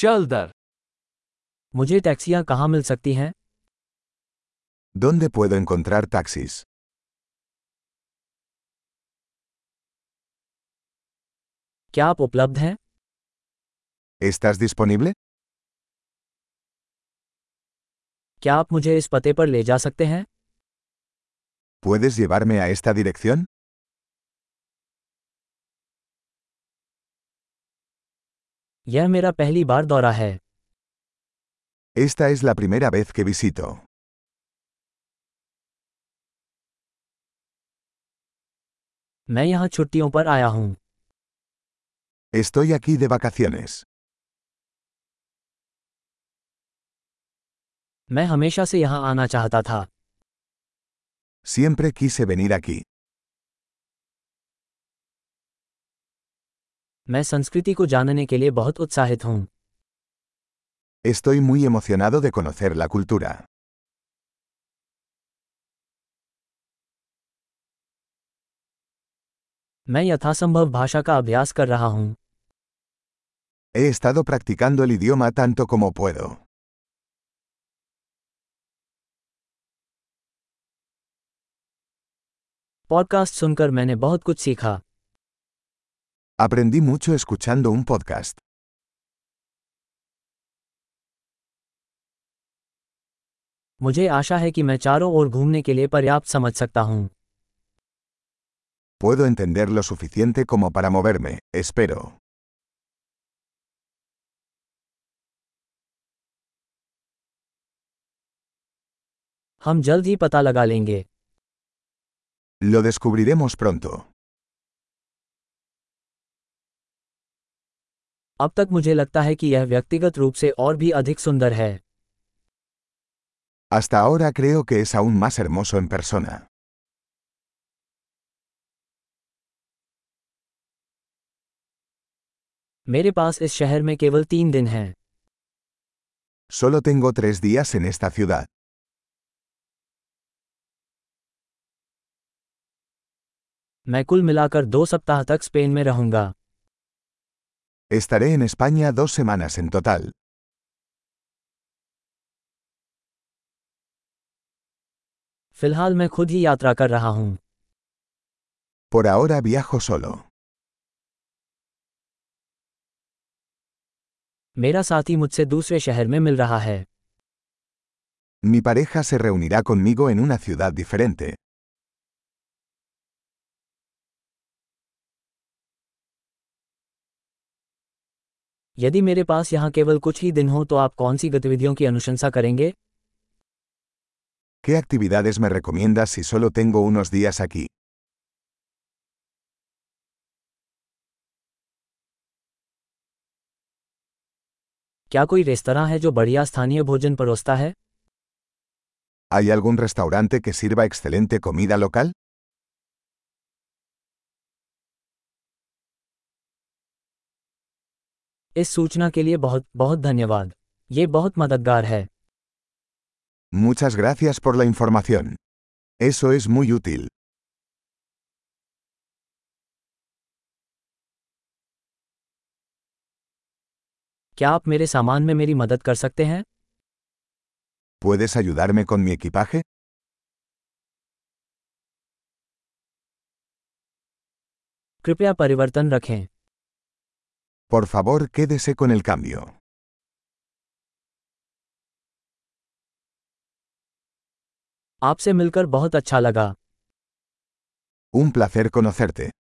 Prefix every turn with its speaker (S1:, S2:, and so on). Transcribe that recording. S1: चल दर मुझे टैक्सियाँ कहाँ मिल सकती हैं
S2: ¿Dónde puedo encontrar taxis?
S1: क्या आप उपलब्ध हैं
S2: ¿Estás disponible?
S1: क्या आप मुझे इस पते पर ले जा सकते हैं
S2: ¿Puedes llevarme a esta dirección?
S1: यह मेरा पहली बार दौरा है
S2: Esta es la primera vez que visito.
S1: मैं यहाँ छुट्टियों पर आया हूँ
S2: Estoy aquí de vacaciones.
S1: मैं हमेशा से यहाँ आना चाहता था
S2: Siempre quise venir aquí.
S1: मैं संस्कृति को जानने के लिए बहुत उत्साहित हूँ
S2: Estoy muy emocionado de conocer la cultura.
S1: मैं यथासंभव भाषा का अभ्यास कर रहा हूँ
S2: He estado practicando el idioma tanto como puedo.
S1: Podcast सुनकर मैंने बहुत कुछ सीखा
S2: Aprendí mucho escuchando un podcast.
S1: मुझे आशा है कि मैं चारों ओर घूमने के लिए पर्याप्त समझ सकता हूँ
S2: Puedo entender lo suficiente como para moverme, espero.
S1: हम जल्द ही पता लगा लेंगे
S2: Lo descubriremos pronto.
S1: अब तक मुझे लगता है कि यह व्यक्तिगत रूप से और भी अधिक सुंदर है
S2: Hasta ahora creo que es aún más hermoso en persona.
S1: मेरे पास इस शहर में केवल तीन दिन हैं
S2: Solo tengo tres días en esta ciudad.
S1: मैं कुल मिलाकर दो सप्ताह तक स्पेन में रहूंगा
S2: Estaré en España dos semanas en total.
S1: फिलहाल मैं खुद ही यात्रा कर रहा हूँ
S2: Por ahora viajo solo.
S1: मेरा साथी मुझसे दूसरे शहर में मिल रहा है
S2: Mi pareja se reunirá conmigo en una ciudad diferente.
S1: यदि मेरे पास यहाँ केवल कुछ ही दिन हो तो आप कौन सी गतिविधियों की अनुशंसा करेंगे
S2: ¿Qué actividades me recomiendas si solo tengo unos días aquí?
S1: क्या कोई रेस्तरा है जो बढ़िया स्थानीय भोजन परोसता है
S2: ¿Hay algún restaurante que sirva excelente comida local?
S1: इस सूचना के लिए बहुत बहुत धन्यवाद ये बहुत मददगार है
S2: Muchas gracias por la información. Eso es muy útil.
S1: क्या आप मेरे सामान में मेरी मदद कर सकते हैं
S2: ¿Puedes ayudarme con mi equipaje?
S1: कृपया परिवर्तन रखें
S2: Por favor, quédese con el cambio.
S1: आपसे मिलकर अच्छा बहुत अच्छा लगा
S2: Un placer conocerte.